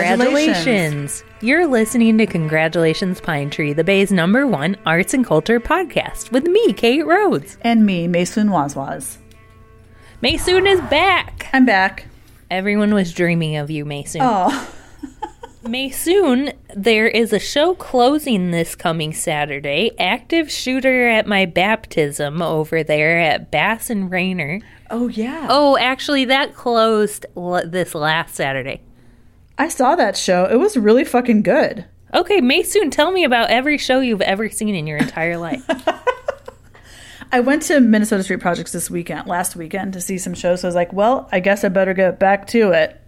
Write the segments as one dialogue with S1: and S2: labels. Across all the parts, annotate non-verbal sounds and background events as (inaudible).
S1: Congratulations. You're listening to Congratulations Pine Tree, the Bay's number one arts and culture podcast with me, Kate Rhodes.
S2: And me, Maysoon Wazwaz.
S1: Maysoon is back.
S2: I'm back.
S1: Everyone was dreaming of you, Maysoon.
S2: Oh,
S1: Maysoon, there is a show closing this coming Saturday. Active shooter at my baptism over there at Bass and Rayner.
S2: oh yeah.
S1: Oh, actually, that closed l- this last Saturday.
S2: I saw that show. It was really fucking good.
S1: Okay, Maysoon, tell me about every show you've ever seen in your entire life.
S2: I went to Minnesota Street Projects this weekend, last weekend, to see some shows. So I was like, well, I guess I better get back to it.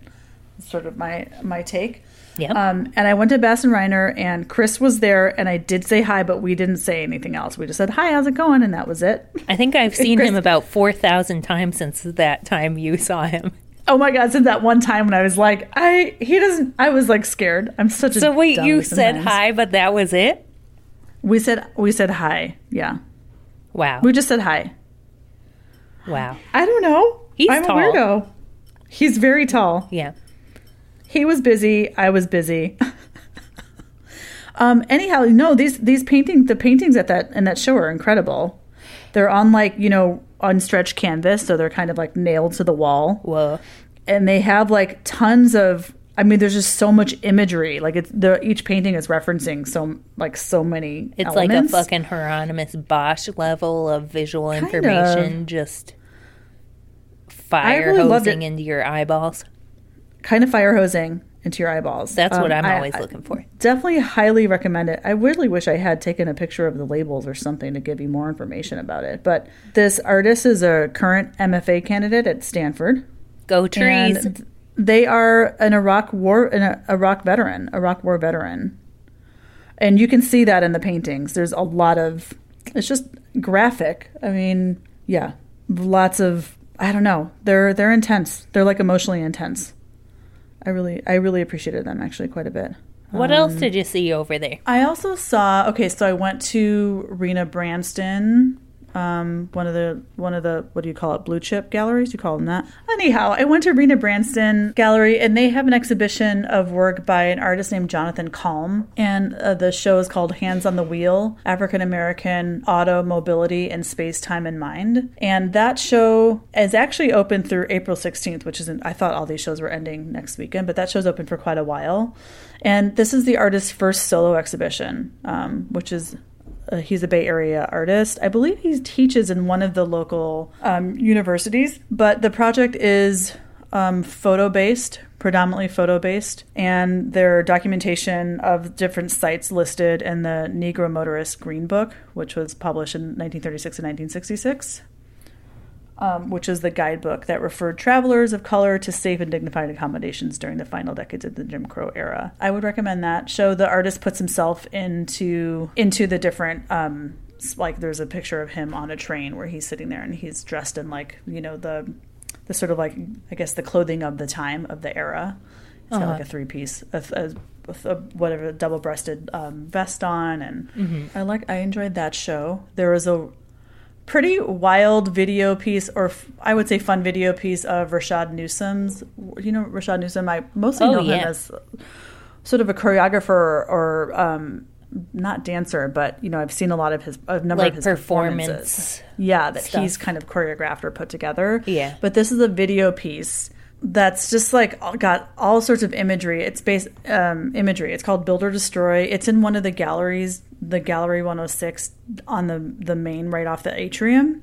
S2: Sort of my my take.
S1: Yep.
S2: Um, and I went to Bass and Reiner, and Chris was there, and I did say hi, but we didn't say anything else. We just said hi, how's it going, and that was it. (laughs)
S1: I think I've seen
S2: Chris-
S1: him about 4,000 times since that time you saw
S2: (laughs)
S1: him.
S2: Oh my god! Since that one time when I was like, I he doesn't. I was like scared. I'm such a.
S1: So, wait,
S2: dummy
S1: you said
S2: sometimes.
S1: hi, but that was it?
S2: We said we said hi. Yeah,
S1: Wow.
S2: we just said hi.
S1: Wow.
S2: I don't know.
S1: He's
S2: I'm
S1: tall.
S2: a weirdo. He's very tall.
S1: Yeah.
S2: He was busy. I was busy. (laughs) um. Anyhow, no these these painting the paintings at that in that show are incredible. They're on like you know unstretched canvas, so they're kind of like nailed to the wall,
S1: Whoa.
S2: and they have like tons of. I mean, there's just so much imagery. Like it's the each painting is referencing so like so many.
S1: It's
S2: elements.
S1: like a fucking Hieronymus Bosch level of visual
S2: Kind of.
S1: information, just fire
S2: really loved
S1: hosing
S2: it.
S1: into your eyeballs.
S2: kind of fire hosing into your eyeballs.
S1: That's
S2: Um,
S1: what I'm
S2: I-
S1: always
S2: I
S1: looking for.
S2: Definitely highly recommend it. I really wish I had taken a picture of the labels or something to give you more information about it. But this artist is a current MFA candidate at Stanford.
S1: Go trees.
S2: And they are an Iraq war an uh, Iraq veteran, Iraq war veteran. And you can see that in the paintings. There's a lot of it's just graphic. I mean, yeah. Lots of I don't know. They're they're intense. They're like emotionally intense. I really I really appreciated them actually quite a bit.
S1: what else did you see over there?
S2: um, I also saw. Okay, so I went to Rena Branston, um, one of the one of the what do you call it? Blue chip galleries? You call them that? Anyhow, I went to Rena Branston Gallery, and they have an exhibition of work by an artist named Jonathan Calm, and uh, the show is called Hands on the Wheel: African American Auto Mobility and Space, Time, and Mind. And that show is actually open through April sixteenth, which isn't. I thought all these shows were ending next weekend, but that show's open for quite a while. And this is the artist's first solo exhibition, um, which is uh, he's a Bay Area artist. I believe he teaches in one of the local um, universities, but the project is um, photo based, predominantly photo based, and their documentation of different sites listed in the Negro Motorist Green Book, which was published in 1936 and 1966 um, which is the guidebook that referred travelers of color to safe and dignified accommodations during the final decades of the Jim Crow era. I would recommend that show. The artist puts himself into into the different. Um, s- like there's a picture of him on a train where he's sitting there and he's dressed in like you know the the sort of like I guess the clothing of the time of the era. He's got like a three piece, a, a, with a whatever double breasted um, vest on, and I like I enjoyed that show. There was a pretty wild video piece, or f- I would say fun video piece of Rashad Newsom's. You know Rashad Newsom. I mostly
S1: Oh,
S2: know
S1: yeah.
S2: him as sort of a choreographer or um, not dancer, but you know I've seen a lot of his a number
S1: Like
S2: of his performances
S1: performance.
S2: yeah that
S1: stuff.
S2: he's kind of choreographed or put together
S1: Yeah.
S2: but this is a video piece that's just like all- got all sorts of imagery it's based um, imagery it's called build or destroy it's in one of the galleries the gallery 106 on the the main right off the atrium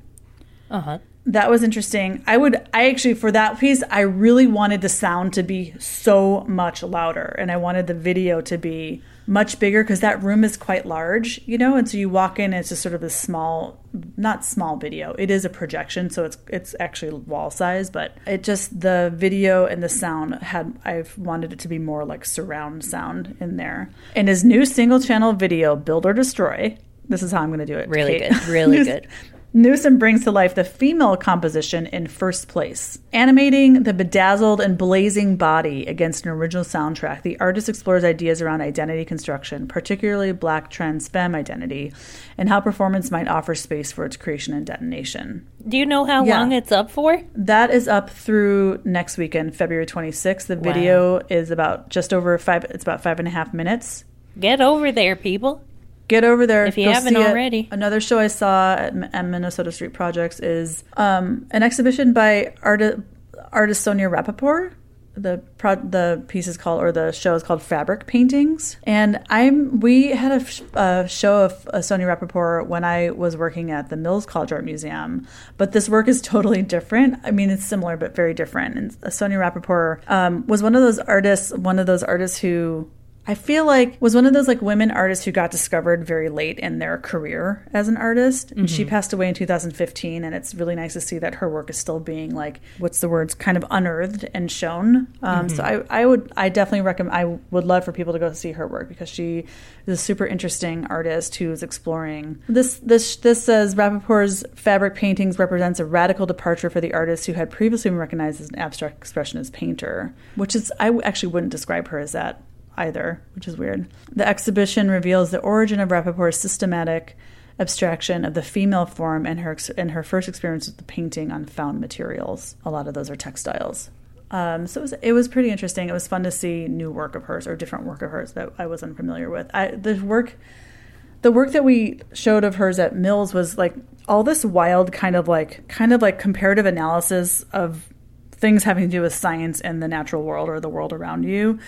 S1: Uh huh.
S2: that was interesting. I would, I actually, for that piece, I really wanted the sound to be so much louder and I wanted the video to be much bigger because that room is quite large, you know? And so you walk in, it's just sort of a small, not small video. It is a projection, so it's, it's actually wall size, but it just, the video and the sound had, I've wanted it to be more like surround sound in there. And his new single channel video, Build or Destroy, this is how I'm going to do it.
S1: Really
S2: Kate.
S1: good. Really
S2: (laughs) His-
S1: good.
S2: Newsom brings to life the female composition in first place. Animating the bedazzled and blazing body against an original soundtrack, the artist explores ideas around identity construction, particularly black trans femme identity, and how performance might offer space for its creation and detonation.
S1: Do you know how
S2: Yeah.
S1: long it's up for?
S2: That is up through next weekend, February 26th. The video is about just over five, it's about five and a half minutes.
S1: Get over there, people.
S2: Get over there
S1: If you
S2: go
S1: haven't
S2: see it.
S1: already.
S2: Another show I saw at, M- at Minnesota Street Projects is um, an exhibition by arti- artist Sonia Rappaport. The pro- the piece is called or the show is called Fabric Paintings, and I'm we had a, f- a show of uh, Sonia Rappaport when I was working at the Mills College Art Museum, but this work is (laughs) totally different. I mean, it's similar but very different. And uh, Sonia Rappaport um, was one of those artists, one of those artists who I feel like was one of those like women artists who got discovered very late in their career as an artist. And she passed away in 2015 and it's really nice to see that her work is still being like what's the words kind of unearthed and shown. Um, so I I would I definitely recommend I would love for people to go see her work because she is a super interesting artist who is exploring. This this this says Rappaport's fabric paintings represents a radical departure for the artist who had previously been recognized as an abstract expressionist painter, which is I actually wouldn't describe her as that either, which is weird. The exhibition reveals the origin of Rappaport's systematic abstraction of the female form and her ex- and her first experience with the painting on found materials. A lot of those are textiles. Um, so it was it was pretty interesting. It was fun to see new work of hers or different work of hers that I was unfamiliar with. I, the work the work that we showed of hers at Mills was like all this wild kind of like kind of like comparative analysis of things having to do with science and the natural world or the world around you.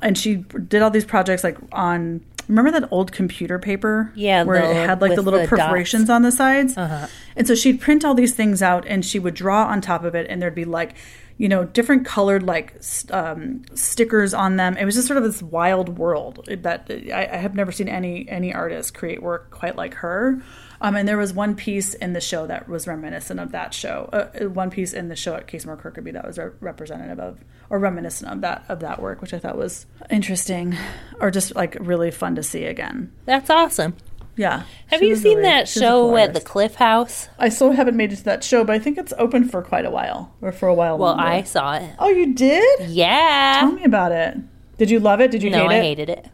S2: And she did all these projects like on remember that old computer paper
S1: Yeah,
S2: where
S1: the-
S2: it had like the
S1: with
S2: little
S1: the dots.
S2: perforations on the sides.
S1: Uh-huh.
S2: And so she'd print all these things out and she would draw on top of it and there'd be like you know different colored like s- um, stickers on them it was just sort of this wild world that I, I have never seen any any artist create work quite like her um, and there was one piece in the show that was reminiscent of that show uh, one piece in the show at casemore kirkby that was re- representative of or reminiscent of that of that work which i thought was interesting or just like really fun to see again
S1: That's awesome.
S2: yeah
S1: Have
S2: She
S1: you
S2: was
S1: seen
S2: really-
S1: that
S2: she was a
S1: show
S2: cool
S1: at the
S2: artist.
S1: Cliff House?
S2: I still haven't made it to that show, but I think it's open for quite a while, or for a while.
S1: Well,
S2: longer.
S1: I saw it.
S2: Oh, you did?
S1: Yeah.
S2: Tell me about it. Did you love it? Did you
S1: no,
S2: hate
S1: I
S2: it?
S1: hated it.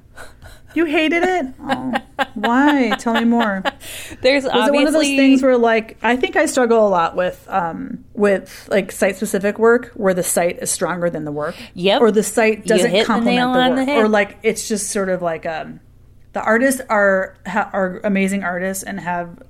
S2: You hated
S1: (laughs)
S2: it? Oh, why? Tell me more.
S1: There's
S2: Was it
S1: obviously
S2: one of those things where, like, I think I struggle a lot with, um, with like site-specific work, where the site is stronger than the work.
S1: Yep.
S2: Or the site
S1: You
S2: doesn't
S1: hit the nail
S2: complement the,
S1: on the
S2: work,
S1: head.
S2: or like it's just sort of like um, the artists are ha- are amazing artists and have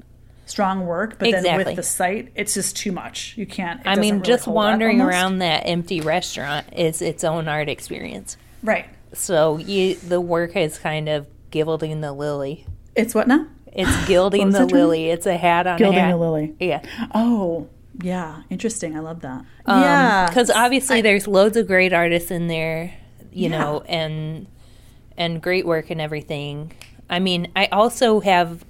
S2: strong work, but then
S1: Exactly.
S2: with the site, it's just too much. You can't. it
S1: I mean,
S2: doesn't really
S1: just
S2: hold up
S1: wandering
S2: almost.
S1: around that empty restaurant is its own art experience.
S2: Right.
S1: So you, the work is kind of gilding the lily.
S2: It's what now?
S1: It's gilding
S2: was
S1: the
S2: that term?
S1: lily. It's a hat on
S2: Gilding
S1: a hat.
S2: the lily.
S1: Yeah.
S2: Oh, yeah. Interesting. I love that. yeah.
S1: Because Um, obviously there's loads of great artists in there, you
S2: Yeah.
S1: know, and and great work and everything. I mean, I also have,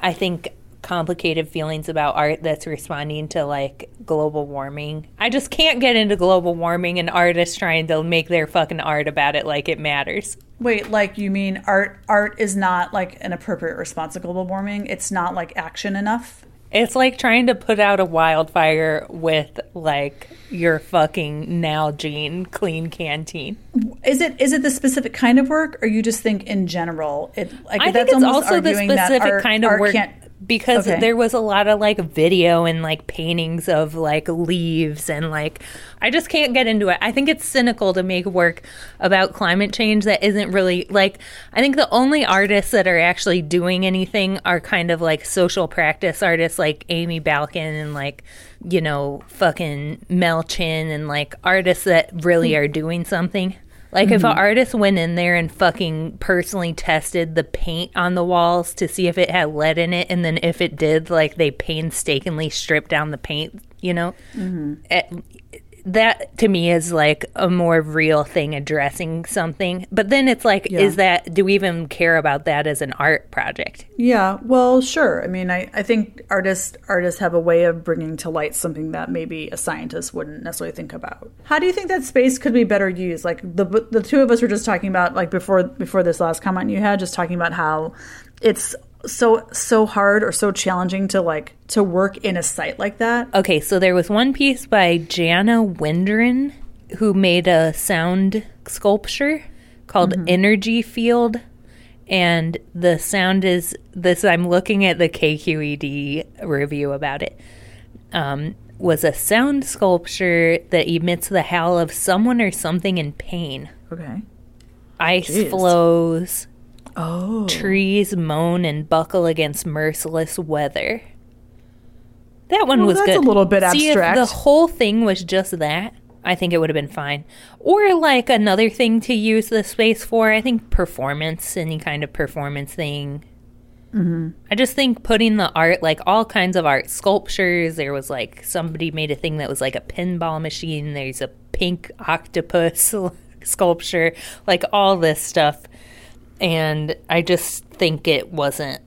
S1: I think, complicated feelings about art that's responding to like global warming. I just can't get into global warming and artists trying to make their fucking art about it like it matters.
S2: Wait, like you mean art? Art is not like an appropriate response to global warming. It's not like action enough.
S1: It's like trying to put out a wildfire with like your fucking Nalgene clean canteen.
S2: Is it? Is it the specific kind of work, or you just think in general? It like
S1: I think
S2: that's
S1: it's
S2: almost
S1: also the
S2: arguing that
S1: specific
S2: art-
S1: kind of
S2: art
S1: work
S2: can't-
S1: because
S2: Okay.
S1: there was a lot of like video and like paintings of like leaves and like I just can't get into it. I think it's cynical to make work about climate change that isn't really like I think the only artists that are actually doing anything are kind of like social practice artists like Amy Balkin and like you know fucking Mel Chin and like artists that
S2: Hmm.
S1: really are doing something. Like if an artist went in there and fucking personally tested the paint on the walls to see if it had lead in it, and then if it did, like they painstakingly stripped down the paint, you know, Eh, that to me is like a more real thing addressing something. But then it's like, is that do we even care about that as an art project?
S2: Yeah, well, sure. I mean, I, I think artists artists have a way of bringing to light something that maybe a scientist wouldn't necessarily think about. How do you think that space could be better used? Like the the two of us were just talking about like before before this last comment you had, just talking about how it's so so hard or so challenging to like to work in a site like that.
S1: Okay, so there was one piece by Jana Windren who made a sound sculpture called Energy Field. And the sound is this I'm looking at the KQED review about it. Um, was a sound sculpture that emits the howl of someone or something in pain.
S2: Okay.
S1: Ice
S2: Jeez.
S1: flows,
S2: Oh.
S1: trees moan and buckle against merciless weather. That one
S2: Well,
S1: was
S2: that's
S1: good.
S2: a little bit
S1: See,
S2: abstract.
S1: If the whole thing was just that, I think it would have been fine. Or like another thing to use the space for. I think performance, any kind of performance thing.
S2: Mm-hmm.
S1: I just think putting the art, like all kinds of art, sculptures. There was like somebody made a thing that was like a pinball machine. There's a pink octopus (laughs) sculpture, like all this stuff. And I just think it wasn't,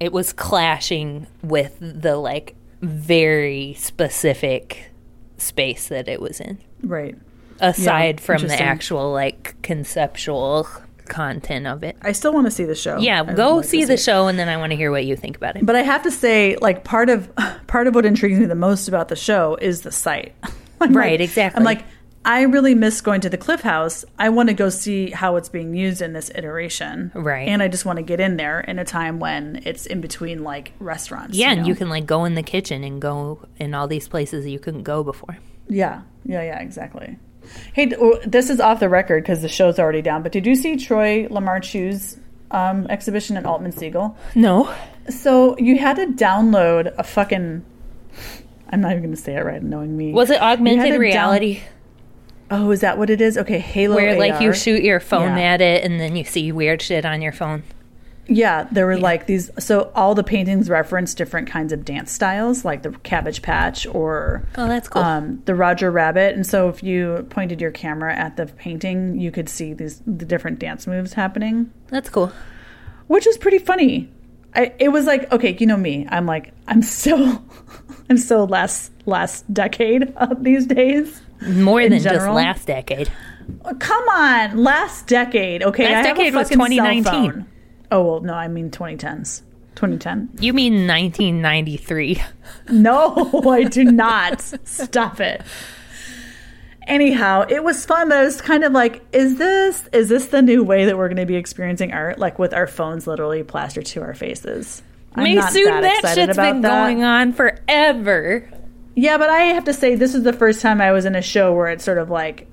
S1: it was clashing with the like very specific space that it was in,
S2: Right.
S1: aside from the
S2: interesting.
S1: actual like conceptual content of it.
S2: I still want to see the show.
S1: Yeah,
S2: I
S1: go
S2: would like to
S1: see the show and then I want to hear what you think about it.
S2: But I have to say, like part of (sighs) part of what intrigues me the most about the show is the site. (laughs) I'm
S1: Right,
S2: like-
S1: exactly.
S2: I'm like, I really miss going to the Cliff House. I want to go see how it's being used in this iteration.
S1: Right.
S2: And I just want to get in there in a time when it's in between like restaurants.
S1: Yeah,
S2: know?
S1: and you can like go in the kitchen and go in all these places you couldn't go before.
S2: Yeah, yeah, yeah, exactly. Hey, d- oh, this is off the record because the show's already down. But did you see Troy Lamarchu's um, exhibition at Altman Siegel?
S1: No.
S2: So you had to download a fucking. I'm not even going to say it right, knowing me.
S1: Was it
S2: You had
S1: augmented
S2: to
S1: reality
S2: Oh, is that what it is? Okay, Halo.
S1: where like you
S2: AR.
S1: shoot your phone
S2: Yeah.
S1: at it and then you see weird shit on your phone?
S2: Yeah, there were like these. So all the paintings reference different kinds of dance styles, like the Cabbage Patch or
S1: Oh, that's cool.
S2: um, the Roger Rabbit. And so if you pointed your camera at the painting, you could see these the different dance moves happening,
S1: that's cool.
S2: which was pretty funny. I, it was like okay, you know me. I'm like I'm so (laughs) I'm so last last decade (laughs) of these days.
S1: More than just
S2: general?
S1: last decade.
S2: Oh, Come on, last decade. Okay,
S1: Last
S2: I have a
S1: decade was
S2: fucking cell
S1: 2019.
S2: phone. Oh well, no, I mean 2010s. 2010.
S1: You mean 1993.
S2: No, (laughs) I do not. Stop it. Anyhow, it was fun, but I was kind of like, is this is this the new way that we're going to be experiencing art, like with our phones literally plastered to our faces? I'm
S1: May
S2: not
S1: soon that,
S2: excited
S1: shit's
S2: about
S1: been
S2: that.
S1: going on forever.
S2: Yeah, but I have to say, this is the first time I was in a show where it's sort of like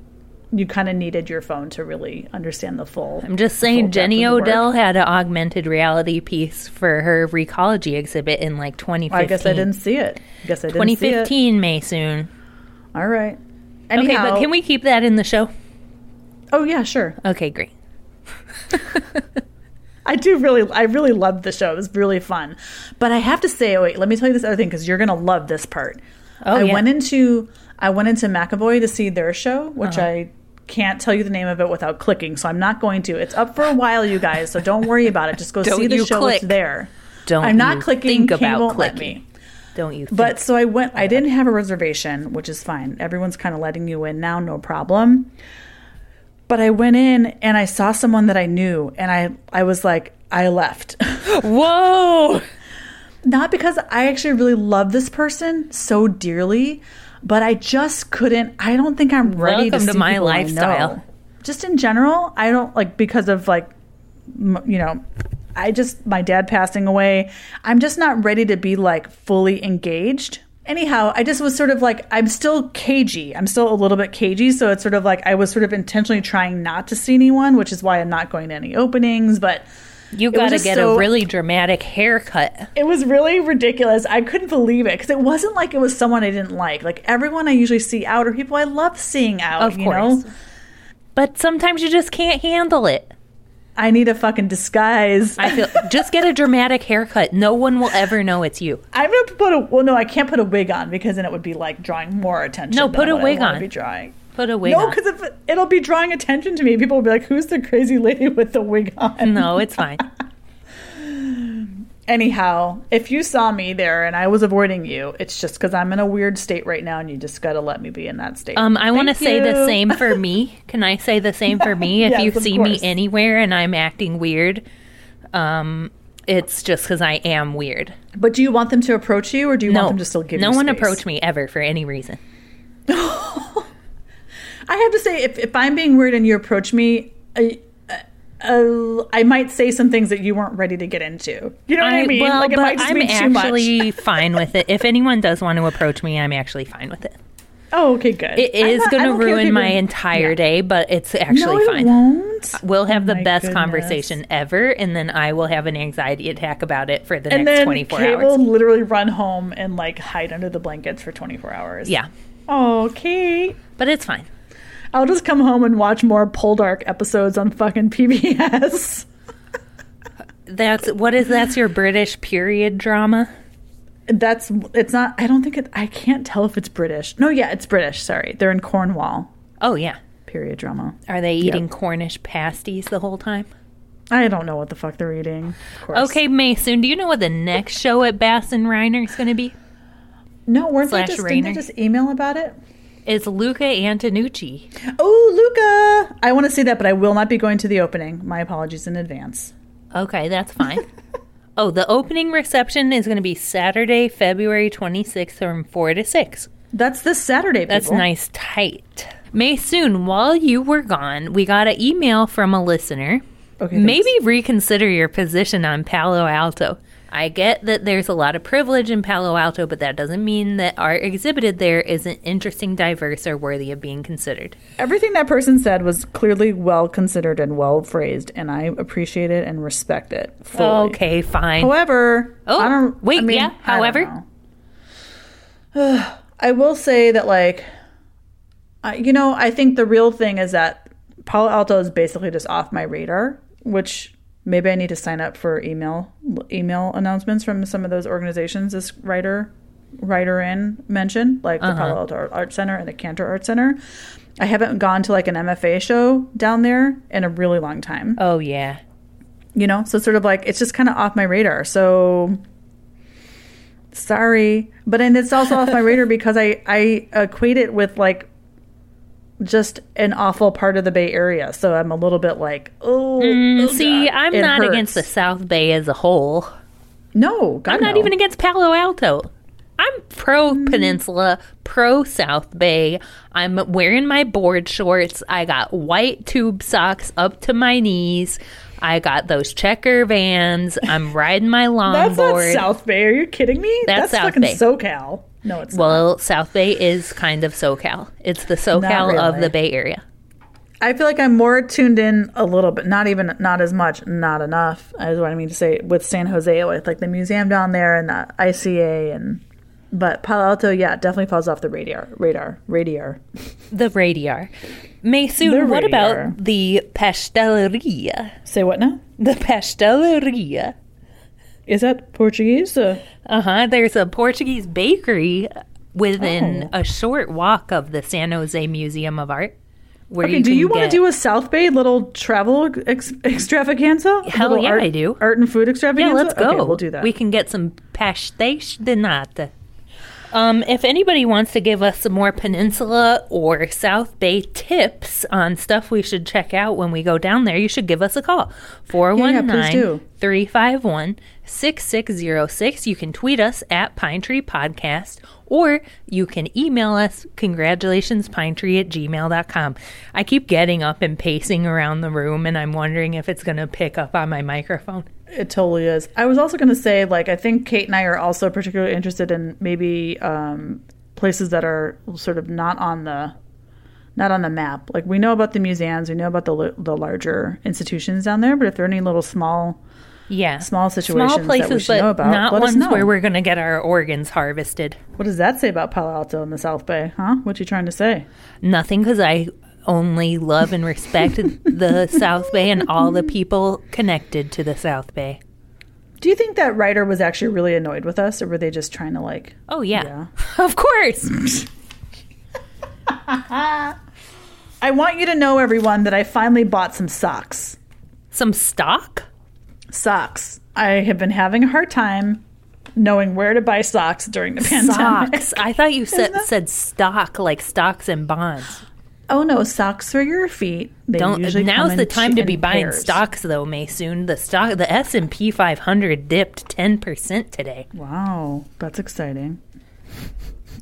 S2: you kind of needed your phone to really understand the full.
S1: I'm just
S2: full
S1: saying
S2: depth
S1: Jenny
S2: of the work.
S1: Odell had an augmented reality piece for her recology exhibit in like 2015.
S2: I guess I didn't see it. I guess I didn't see it.
S1: 2015 May soon.
S2: All right.
S1: Okay,
S2: Anyhow,
S1: but can we keep that in the show?
S2: Oh yeah, sure. (laughs)
S1: Okay, great.
S2: I do really, I really loved the show. It was really fun. But I have to say, wait, let me tell you this other thing because you're gonna love this part.
S1: Oh,
S2: I
S1: yeah.
S2: went into I went into McAvoy to see their show, which
S1: Uh-huh.
S2: I can't tell you the name of it without clicking, so I'm not going to. It's up for a while, you guys, so don't worry about it. Just go
S1: (laughs) Don't
S2: see the
S1: you
S2: show. It's
S1: click.
S2: there.
S1: Don't
S2: I'm not
S1: you
S2: clicking.
S1: think
S2: Kane
S1: about
S2: won't
S1: clicking.
S2: Let me.
S1: Don't you?
S2: But so I went. I didn't have a reservation, which is fine. Everyone's kind of letting you in now, no problem. But I went in and I saw someone that I knew, and I I was like, I left. (laughs)
S1: think? whoa!
S2: not because I actually really love this person so dearly, but I just couldn't. I don't think I'm ready
S1: Welcome
S2: to,
S1: to
S2: see
S1: my
S2: people I know.
S1: lifestyle.
S2: Just in general, I don't like because of like, m- you know, I just my dad passing away. I'm just not ready to be like fully engaged. Anyhow, I just was sort of like I'm still cagey. I'm still a little bit cagey, so it's sort of like I was sort of intentionally trying not to see anyone, which is why I'm not going to any openings. But
S1: You
S2: was
S1: got to
S2: just
S1: get
S2: so-
S1: a really dramatic haircut.
S2: it was really ridiculous. I couldn't believe it because it wasn't like it was someone I didn't like. Like everyone I usually see out are people I love seeing out.
S1: Of
S2: you
S1: course.
S2: know,
S1: But sometimes you just can't handle it.
S2: I need a fucking disguise.
S1: I feel
S2: (laughs)
S1: just get a dramatic haircut. No one will ever know it's you.
S2: I'm gonna put a well, no, I can't put a wig on because then it would be like drawing more attention.
S1: No,
S2: than
S1: put a
S2: what I
S1: wig
S2: wanna
S1: on.
S2: Be drawing.
S1: Put a wig
S2: No,
S1: on.
S2: because if it'll be drawing attention to me, people will be like, "Who's the crazy lady with the wig on?"
S1: No, it's fine.
S2: (laughs) Anyhow, if you saw me there and I was avoiding you, it's just because I'm in a weird state right now, and you just gotta let me be in that state. (laughs)
S1: Um, I want to
S2: Thank
S1: say the
S2: you.
S1: same
S2: (laughs)
S1: for me. Can I say the same for me? If
S2: Yes,
S1: you
S2: of
S1: see me
S2: course.
S1: anywhere and I'm acting weird, um, It's just because I am weird.
S2: But do you want them to approach you, or do you want
S1: No,
S2: them to still give
S1: no
S2: you
S1: one
S2: space?
S1: approached me ever for any reason.
S2: (laughs) I have to say, if, if I'm being weird and you approach me, I, uh, I might say some things that you weren't ready to get into. You know what I, mean?
S1: well,
S2: like it
S1: but
S2: might just
S1: I'm
S2: be too much. (laughs)
S1: actually fine with it. If anyone does want to approach me, I'm actually fine with it.
S2: Oh, okay, good.
S1: It
S2: I'm
S1: is
S2: not-
S1: going
S2: I'm
S1: to
S2: okay with
S1: ruin
S2: you
S1: my
S2: being-
S1: entire
S2: Yeah.
S1: day, but it's actually
S2: no,
S1: fine.
S2: It won't.
S1: We'll have the
S2: my
S1: best
S2: goodness.
S1: conversation ever, and then I will have an anxiety attack about it for the
S2: And
S1: next
S2: then
S1: 24
S2: Kate
S1: hours.
S2: will literally run home and like hide under the blankets for 24 hours.
S1: Yeah,
S2: Oh, Kate.
S1: but it's fine.
S2: I'll just come home and watch more Poldark episodes on fucking (laughs) PBS.
S1: That's what is that's your British period drama?
S2: That's it's not. I don't think it. I can't tell if it's British. No, yeah, it's British. Sorry, they're in Cornwall.
S1: Oh yeah,
S2: Period drama.
S1: are they eating Cornish pasties the whole time?
S2: I don't know what the fuck they're eating. Of course.
S1: Okay, Mason, do you know what the next show at Bass and Reiner is going to be?
S2: No, weren't they
S1: Slash
S2: just, didn't they
S1: Rainer.
S2: just email about it?
S1: It's Luca Antonucci.
S2: Oh, Luca! I want to see that, but I will not be going to the opening. My apologies in advance. (laughs)
S1: Okay, that's fine. oh, the opening reception is going to be Saturday, February 26th from 4 to 6.
S2: That's this Saturday.
S1: That's
S2: people.
S1: nice, tight. May soon, while you were gone, we got an email from a listener.
S2: Okay, thanks.
S1: Maybe reconsider your position on Palo Alto. I get that there's a lot of privilege in Palo Alto, but that doesn't mean that art exhibited there isn't interesting, diverse, or worthy of being considered.
S2: Everything that person said was clearly well considered and well phrased, and I appreciate it and respect it. Fully.
S1: Okay, fine.
S2: However,
S1: Oh,
S2: I don't,
S1: wait,
S2: I mean,
S1: yeah,
S2: I don't
S1: however?
S2: know. (sighs) I will say that, like, I, you know, I think the real thing is that Palo Alto is basically just off my radar, which maybe I need to sign up for email email announcements from some of those organizations. This writer writer in mentioned, like the
S1: Uh-huh.
S2: Palo Alto Art- Art Center and the Cantor Art Center. I haven't gone to like an MFA show down there in a really long time
S1: Oh, yeah.
S2: you know so it's sort of like it's just kind of off my radar so sorry but and it's also
S1: (laughs)
S2: off my radar because i i equate it with like just an awful part of the bay area so i'm a little bit like oh oh,
S1: See,
S2: God,
S1: I'm
S2: it
S1: not
S2: hurts.
S1: against the South Bay as a whole.
S2: no God,
S1: I'm not
S2: no.
S1: even against Palo Alto. I'm pro Peninsula, pro South Bay. I'm wearing my board shorts. I got white tube socks up to my knees. I got those checker vans. I'm riding my
S2: (laughs) that's not
S1: longboard.
S2: south bay are you kidding me
S1: That's South
S2: fucking
S1: Bay.
S2: socal no it's not
S1: well, South Bay is kind of SoCal. It's the SoCal of
S2: really.
S1: the Bay Area.
S2: I feel like I'm more tuned in a little bit, not even, not as much, not enough, is what I mean to say, with San Jose, with like the museum down there and the ICA and, but Palo Alto, yeah, definitely falls off the radar, radar, radar.
S1: The radar. Maysoon,
S2: The
S1: what
S2: radar.
S1: about the pasteleria?
S2: Say what now?
S1: The pasteleria.
S2: Is that Portuguese? Uh,
S1: Uh huh. There's a Portuguese bakery within
S2: Oh.
S1: a short walk of the San Jose Museum of Art. Where
S2: okay, do
S1: can
S2: you want to
S1: get-
S2: do a South Bay little travel ex- extravaganza?
S1: Hell
S2: Little
S1: yeah,
S2: art,
S1: I do.
S2: Art and food
S1: Yeah,
S2: extravaganza?
S1: let's go.
S2: Okay, we'll do that.
S1: We can get some pastéis de nata. Um, if anybody wants to give us some more Peninsula or South Bay tips on stuff we should check out when we go down there, you should give us a call. 419
S2: do.
S1: 351 6606. You can tweet us at Pine Tree Podcast or you can email us congratulationspinetree at gmail.com. I keep getting up and pacing around the room and I'm wondering if it's going to pick up on my microphone.
S2: It totally is. I was also going to say, like, I think Kate and I are also particularly interested in maybe um, places that are sort of not on the not on the map. Like, we know about the museums, we know about the l- the larger institutions down there, but if there are any little small
S1: Yeah.
S2: small situations
S1: Small places,
S2: that we should
S1: but
S2: know about,
S1: not
S2: let
S1: ones
S2: us know.
S1: where we're going to get our organs harvested.
S2: what does that say about Palo Alto and the South Bay? Huh? What you trying to say?
S1: Nothing because I only love
S2: (laughs)
S1: and respect the South Bay and all the people connected to the South Bay.
S2: Do you think that writer was actually really annoyed with us, or were they just trying to like?
S1: Oh, yeah. Of course.
S2: I want you to know, everyone, that I finally bought some socks.
S1: Some stock?
S2: socks. I have been having a hard time knowing where to buy socks during the pandemic.
S1: Socks. I thought you said, said stock, like stocks and bonds.
S2: oh no, socks for your feet. They
S1: Don't
S2: usually
S1: now's
S2: come
S1: the
S2: in
S1: time
S2: ch-
S1: to
S2: in
S1: be buying
S2: pairs.
S1: stocks though, Maysoon. The stock the S and P 500 dipped 10% today.
S2: Wow, that's exciting.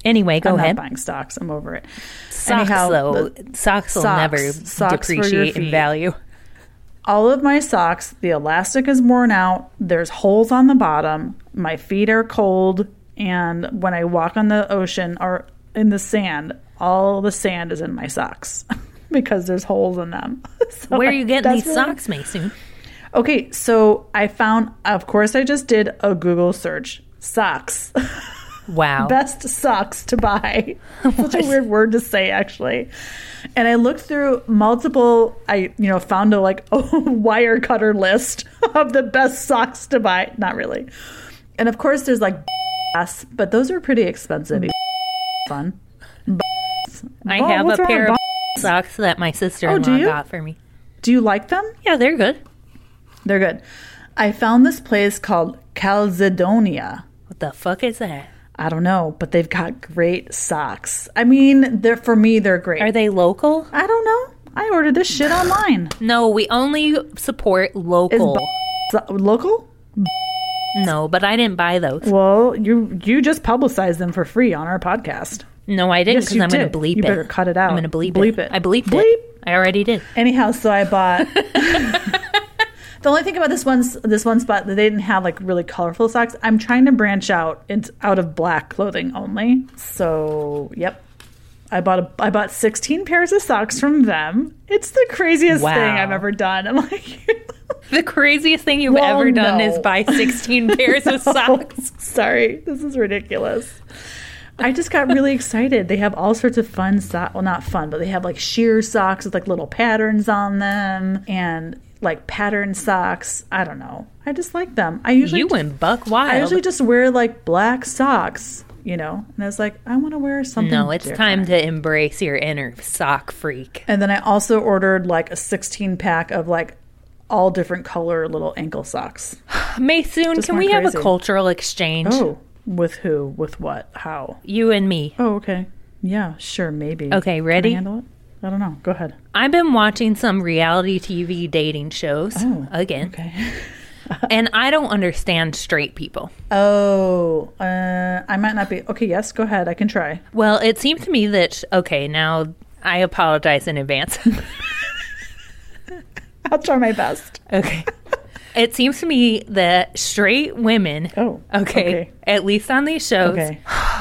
S1: Anyway, go
S2: I'm
S1: ahead.
S2: not buying stocks. I'm over it.
S1: Socks
S2: Anyhow,
S1: though,
S2: the-
S1: socks will
S2: socks.
S1: never
S2: Socks for your
S1: depreciate in
S2: feet.
S1: value. (laughs)
S2: all of my socks, the elastic is worn out, there's holes on the bottom, my feet are cold, and when I walk on the ocean or in the sand, all the sand is in my socks (laughs) because there's holes in them. (laughs) So
S1: Where are you getting
S2: that's
S1: these
S2: really-
S1: socks, Maysoon?
S2: Okay, so I found, of course, I just did a Google search socks, (laughs)
S1: Wow.
S2: best socks to buy. (laughs) Such a weird word to say, actually. And I looked through multiple, I, you know, found a like (laughs) a wire cutter list (laughs) of the best socks to buy. Not really. And of course, there's like, (laughs) ass, but those are pretty expensive. (laughs) Fun.
S1: I
S2: Oh,
S1: have a
S2: what's wrong
S1: pair
S2: with
S1: of (laughs) socks that my sister-in-law
S2: do you?
S1: got for me.
S2: Do you like them?
S1: Yeah, they're good.
S2: They're good. I found this place called Calzedonia.
S1: What the fuck is that?
S2: I don't know, but they've got great socks. I mean, they're for me, they're great.
S1: Are they local?
S2: I don't know. I ordered this shit online.
S1: No, we only support local.
S2: So- local?
S1: no, but I didn't buy those.
S2: Well, you you just publicized them for free on our podcast.
S1: No, I didn't
S2: Yes,
S1: because
S2: you
S1: I'm going
S2: did.
S1: to bleep
S2: You
S1: it.
S2: better cut it out.
S1: I'm going to bleep,
S2: Bleep
S1: it.
S2: it.
S1: I bleeped
S2: Bleep.
S1: it. I already did. (laughs)
S2: Anyhow, so I bought. (laughs) the only thing about this one this one spot that they didn't have like really colorful socks. I'm trying to branch out. It's out of black clothing only. So yep. I bought a, I bought 16 pairs of socks from them. It's the craziest
S1: Wow.
S2: thing I've ever done. (laughs) I'm like,
S1: The craziest thing you've
S2: Well,
S1: ever done
S2: no.
S1: is
S2: (laughs)
S1: buy 16 pairs of socks.
S2: Sorry, this is ridiculous. I just got
S1: (laughs)
S2: really excited. They have all sorts of fun socks. Well, not fun, but they have like sheer socks with like little patterns on them and like pattern socks. I don't know. I just like them. I usually
S1: You went buck
S2: I
S1: wild.
S2: usually just wear like black socks, you know. And I was like, I want to wear something.
S1: no, it's
S2: different.
S1: time to embrace your inner sock freak.
S2: And then I also ordered like a 16 pack of like all different color little ankle socks.
S1: Maysoon, can we
S2: went
S1: have a
S2: crazy.
S1: cultural exchange?
S2: Oh, with who? With what? How?
S1: You and me.
S2: Oh, okay. Yeah, sure, maybe. Can
S1: Okay,
S2: I
S1: ready?
S2: handle it? I don't know. Go ahead.
S1: I've been watching some reality TV dating shows
S2: Oh,
S1: again,
S2: Okay.
S1: and I don't understand straight people.
S2: (laughs) Oh, uh, I might not be. Okay, yes, go ahead. I can try. (laughs)
S1: Well, it seemed to me that, okay, now I apologize in advance. (laughs)
S2: I'll try my best.
S1: Okay. (laughs) it seems to me that straight women,
S2: Oh,
S1: okay,
S2: okay.
S1: at least on these shows, uh,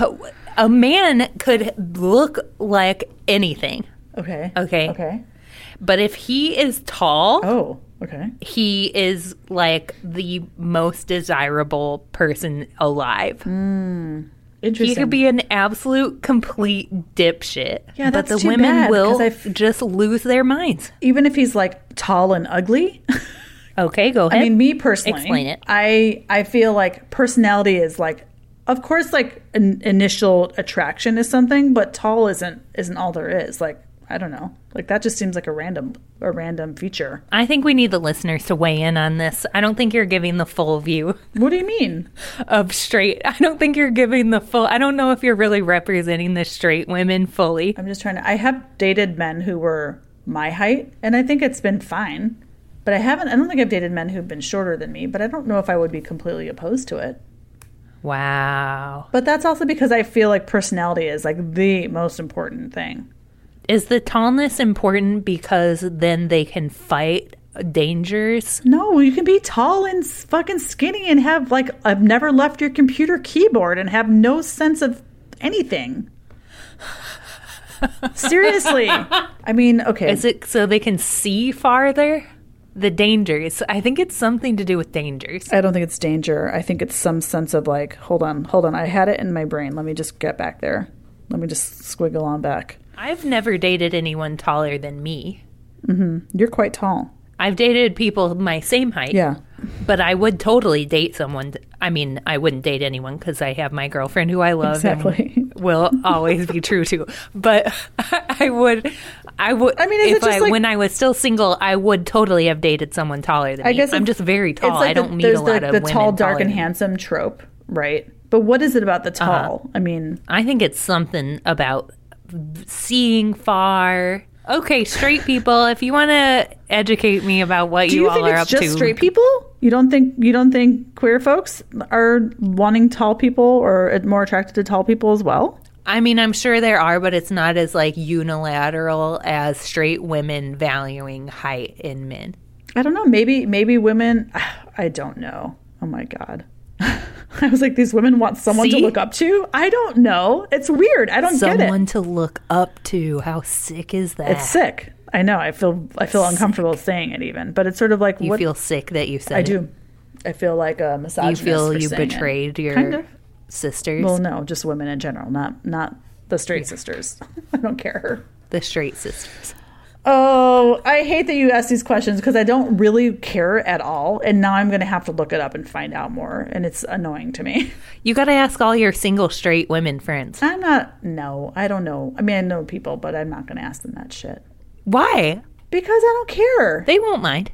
S2: Okay.
S1: a man could look like anything,
S2: Okay.
S1: Okay.
S2: Okay.
S1: but if he is tall,
S2: Oh, okay.
S1: he is like the most desirable person alive.
S2: Mm-hmm.
S1: He
S2: Interesting.
S1: could be an absolute complete dipshit.
S2: Yeah,
S1: but
S2: that's
S1: the
S2: too
S1: women
S2: bad,
S1: will
S2: 'cause I've-
S1: just lose their minds.
S2: Even if he's like tall and ugly. (laughs)
S1: Okay, go ahead.
S2: I mean, me personally,
S1: Explain it.
S2: I I feel like personality is like, of course, like an initial attraction is something, but tall isn't isn't all there is. Like I don't know, like that just seems like a random a random feature.
S1: I think we need the listeners to weigh in on this. I don't think you're giving the full view.
S2: What do you mean?
S1: of straight. I don't think you're giving the full. I don't know if you're really representing the straight women fully.
S2: I'm just trying to. I have dated men who were my height, and I think it's been fine. But I haven't. I don't think I've dated men who've been shorter than me. But I don't know if I would be completely opposed to it.
S1: Wow.
S2: But that's also because I feel like personality is like the most important thing.
S1: Is the tallness important because then they can fight dangers?
S2: No, you can be tall and s- fucking skinny and have like I've never left your computer keyboard and have no sense of (laughs) anything. Seriously. I mean, okay.
S1: Is it so they can see farther? The dangers. I think it's something to do with dangers.
S2: I don't think it's danger. I think it's some sense of like, hold on, hold on. I had it in my brain. Let me just get back there. Let me just squiggle on back.
S1: I've never dated anyone taller than me.
S2: You're quite tall.
S1: I've dated people my same height.
S2: Yeah.
S1: But I would totally date someone. I mean, I wouldn't date anyone because I have my girlfriend who I love
S2: Exactly. (laughs)
S1: and will always be true to. But (laughs) I would, I would.
S2: I mean, is it
S1: if
S2: just
S1: I,
S2: like-
S1: when I was still single, I would totally have dated someone taller than
S2: I
S1: me.
S2: guess
S1: I'm
S2: it's-
S1: just very tall.
S2: It's like
S1: I don't
S2: the,
S1: meet
S2: there's
S1: a lot
S2: the,
S1: of
S2: the
S1: women
S2: tall, dark,
S1: taller
S2: and
S1: than me. Uh-huh.
S2: handsome trope, right? But what is it about the tall? I mean,
S1: I think it's something about seeing far. Okay, straight people, if you want to educate me about what
S2: Do
S1: you,
S2: you,
S1: all
S2: think
S1: are
S2: it's
S1: up
S2: just
S1: to,
S2: straight people? You don't think you don't think queer folks are wanting tall people or more attracted to tall people as well?
S1: I mean, I'm sure there are, but it's not as like unilateral as straight women valuing height in men.
S2: I don't know. Maybe maybe women. (sighs) I don't know. Oh my god. (laughs) I was like, these women want someone
S1: See?
S2: to look up to. I don't know. It's weird. I don't get it.
S1: Someone to look up to. How sick is that?
S2: It's sick. I know. I feel I feel uncomfortable saying it even, but it's sort of like
S1: you
S2: what
S1: feel sick that you said
S2: I
S1: it.
S2: do. I feel like a
S1: You
S2: misogynist.
S1: feel
S2: for
S1: you
S2: saying it.
S1: betrayed your
S2: Kind of.
S1: sisters,
S2: Well, no, just women in general, not not the straight sisters. (laughs) I don't care.
S1: the straight sisters.
S2: Oh, I hate that you ask these questions because I don't really care at all, and now I'm going to have to look it up and find out more, and it's annoying to me. (laughs)
S1: You got to ask all your single straight women friends.
S2: I'm not. No, I don't know. I mean, I know people, but I'm not going to ask them that shit
S1: Why?
S2: because I don't care.
S1: They won't mind.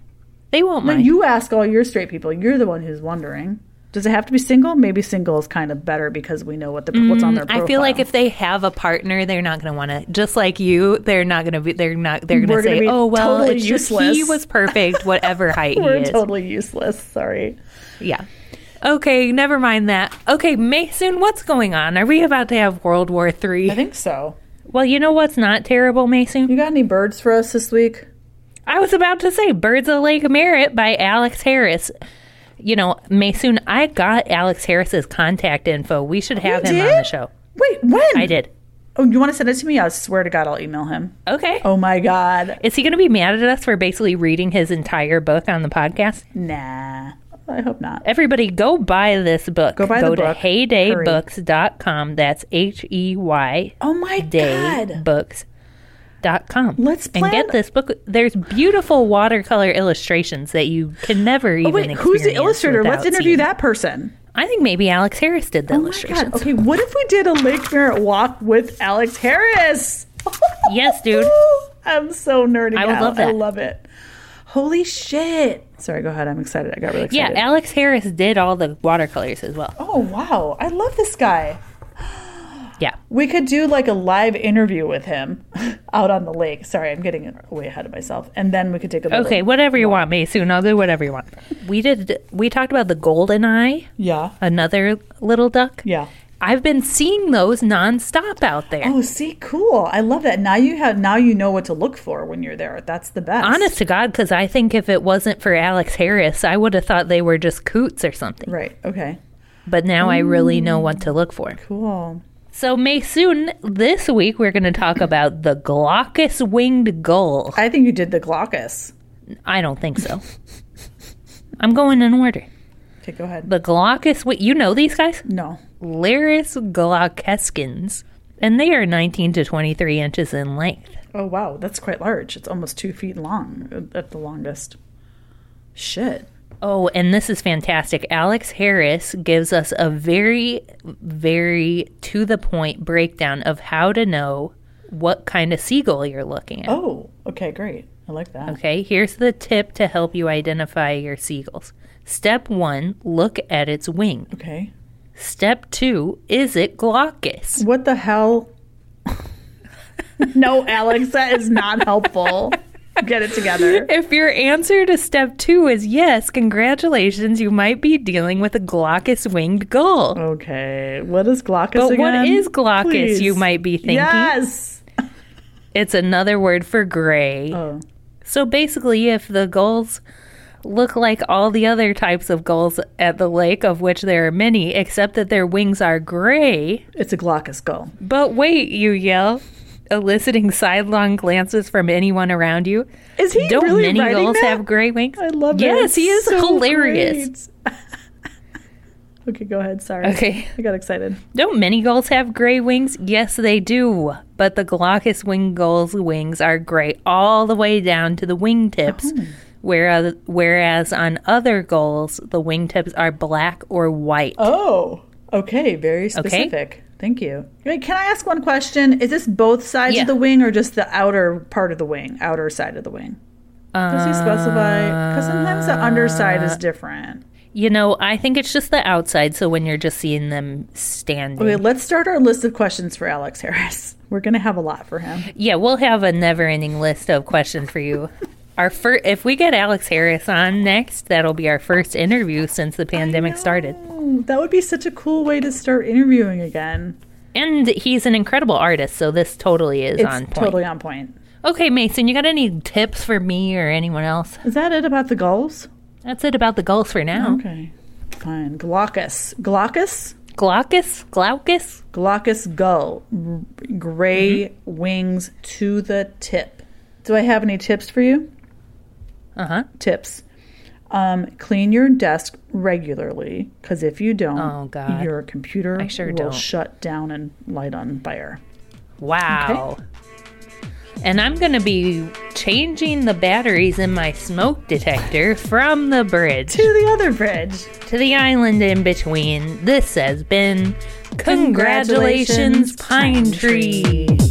S1: They won't mind.
S2: you ask all your straight people. You're the one who's wondering. Does it have to be single? Maybe single is kind of better because we know what the what's on their. Profile.
S1: Mm, I feel like if they have a partner, they're not going to want to. Just like you, they're not going to be. They're not. They're going
S2: We're
S1: to
S2: gonna
S1: say,
S2: be
S1: "Oh well,
S2: totally
S1: it's just he
S2: useless." (laughs)
S1: was perfect, whatever height he
S2: we're
S1: is."
S2: totally useless. Sorry.
S1: yeah. Okay, never mind that. Okay, Mason, what's going on? Are we about to have World War
S2: I
S1: Three?
S2: think so.
S1: Well, you know what's not terrible, Mason.
S2: You got any birds for us this week?
S1: I was about to say Birds of Lake Merritt by Alex Harris. You know, Mason, I got Alex Harris's contact info. We should have
S2: You
S1: him on the
S2: did?
S1: show.
S2: Wait, when?
S1: I did.
S2: Oh, you want to send it to me? I swear to God, I'll email him.
S1: Okay.
S2: Oh my God.
S1: Is he going to be mad at us for basically reading his entire book on the podcast?
S2: Nah. I hope not.
S1: Everybody, go buy this book. Go
S2: buy
S1: go
S2: the book.
S1: to
S2: Hurry.
S1: heydaybooks.com. That's H E Y
S2: Oh my
S1: day
S2: God.
S1: books.com.
S2: Let's
S1: and
S2: plan-
S1: get this book. There's beautiful watercolor illustrations that you can never even.
S2: Oh, Wait, who's the
S1: experience
S2: illustrator? Let's
S1: without
S2: interview
S1: seeing-
S2: that person.
S1: I think maybe Alex Harris did the
S2: Oh my
S1: illustrations.
S2: God. Okay, what if we did a Lake Merritt walk with Alex Harris? (laughs)
S1: Yes, dude.
S2: I'm so nerdy.
S1: I would
S2: out.
S1: love
S2: I
S1: that.
S2: love it. Holy shit. Sorry, go ahead. I'm excited. I got really
S1: Yeah,
S2: excited.
S1: Alex Harris did all the watercolors as well.
S2: oh, wow. I love this guy.
S1: Yeah.
S2: We could do like a live interview with him (laughs) out on the lake. Sorry, I'm getting way ahead of myself. And then we could take a little-
S1: Okay, whatever you want, Maysoon. I'll do whatever you want. We did. We talked about the golden eye,
S2: Yeah.
S1: another little duck.
S2: Yeah.
S1: I've been seeing those nonstop out there.
S2: Oh, see, cool. I love that. Now you have now you know what to look for when you're there. That's the best.
S1: Honest to God, because I think if it wasn't for Alex Harris, I would have thought they were just coots or something.
S2: Right. Okay.
S1: But now I really know what to look for.
S2: Cool.
S1: So, Maysoon, this week we're going to talk about the glaucous winged gull.
S2: I think you did the glaucus.
S1: I don't think so. I'm going in order.
S2: Okay, go ahead.
S1: The glaucous, wi- you know these guys?
S2: No.
S1: Laris glaucescens, and they are 19 to 23 inches in length.
S2: Oh wow, that's quite large. It's almost two feet long at the longest. Shit.
S1: Oh, and this is fantastic. Alex Harris gives us a very, very to the point breakdown of how to know what kind of seagull you're looking at.
S2: Oh. Okay, great. I like that.
S1: Okay, here's the tip to help you identify your seagulls. Step one, look at its wing.
S2: Okay.
S1: Step two, is it glaucous?
S2: What the hell? (laughs) no, Alex, that is not helpful. Get it together.
S1: If your answer to step two is yes, congratulations, you might be dealing with a glaucous winged
S2: Oh.
S1: gull.
S2: Okay. What is glaucus
S1: But
S2: again?
S1: what is glaucous,
S2: Please.
S1: you might be thinking?
S2: Yes.
S1: It's another word for gray.
S2: Oh.
S1: So basically, if the gulls look like all the other types of gulls at the lake, of which there are many, except that their wings are gray.
S2: It's a glaucus gull.
S1: But wait, you yell, eliciting sidelong glances from anyone around you.
S2: Is he
S1: Don't
S2: really
S1: many
S2: writing
S1: gulls
S2: that?
S1: have gray wings?
S2: I love it.
S1: Yes, he is
S2: So
S1: hilarious.
S2: great. (laughs) okay, go ahead. Sorry.
S1: Okay.
S2: I got excited.
S1: Don't many gulls have gray wings? Yes, they do. But the glaucous winged gull's wings are gray all the way down to the wingtips,
S2: Oh.
S1: whereas, whereas on other gulls, the wingtips are black or white.
S2: Oh. Okay, very specific. Thank you. Wait, can I ask one question? Is this both sides
S1: Yeah.
S2: of the wing or just the outer part of the wing,
S1: Uh,
S2: outer side of the wing? Does he specify? Because sometimes the underside is different.
S1: you know, I think it's just the outside. So when you're just seeing them standing,
S2: Okay, let's start our list of questions for Alex Harris. (laughs) We're going to have a lot for him.
S1: yeah, we'll have a never-ending list of questions
S2: (laughs)
S1: for you. Our fir- if we get Alex Harris on next, that'll be our first interview since the pandemic started.
S2: Ooh, that would be such a cool way to start interviewing again.
S1: And he's an incredible artist, so this totally is
S2: It's
S1: on point.
S2: totally on point.
S1: Okay, Mason, you got any tips for me or anyone else?
S2: Is that it about the gulls?
S1: That's it about the gulls for now.
S2: Okay. Fine. Glaucus. Glaucus?
S1: Glaucus, Glaucus.
S2: Glaucus gull. R- Gray
S1: Mm-hmm.
S2: wings to the tip. Do I have any tips for you?
S1: Uh huh.
S2: Tips. Um, clean your desk regularly because if you don't,
S1: Oh, God.
S2: your computer
S1: I sure
S2: will
S1: don't.
S2: shut down and light on fire.
S1: Wow. And I'm going to be changing the batteries in my smoke detector from the bridge
S2: To the other bridge.
S1: to the island in between. This has been Congratulations, Pine Tree.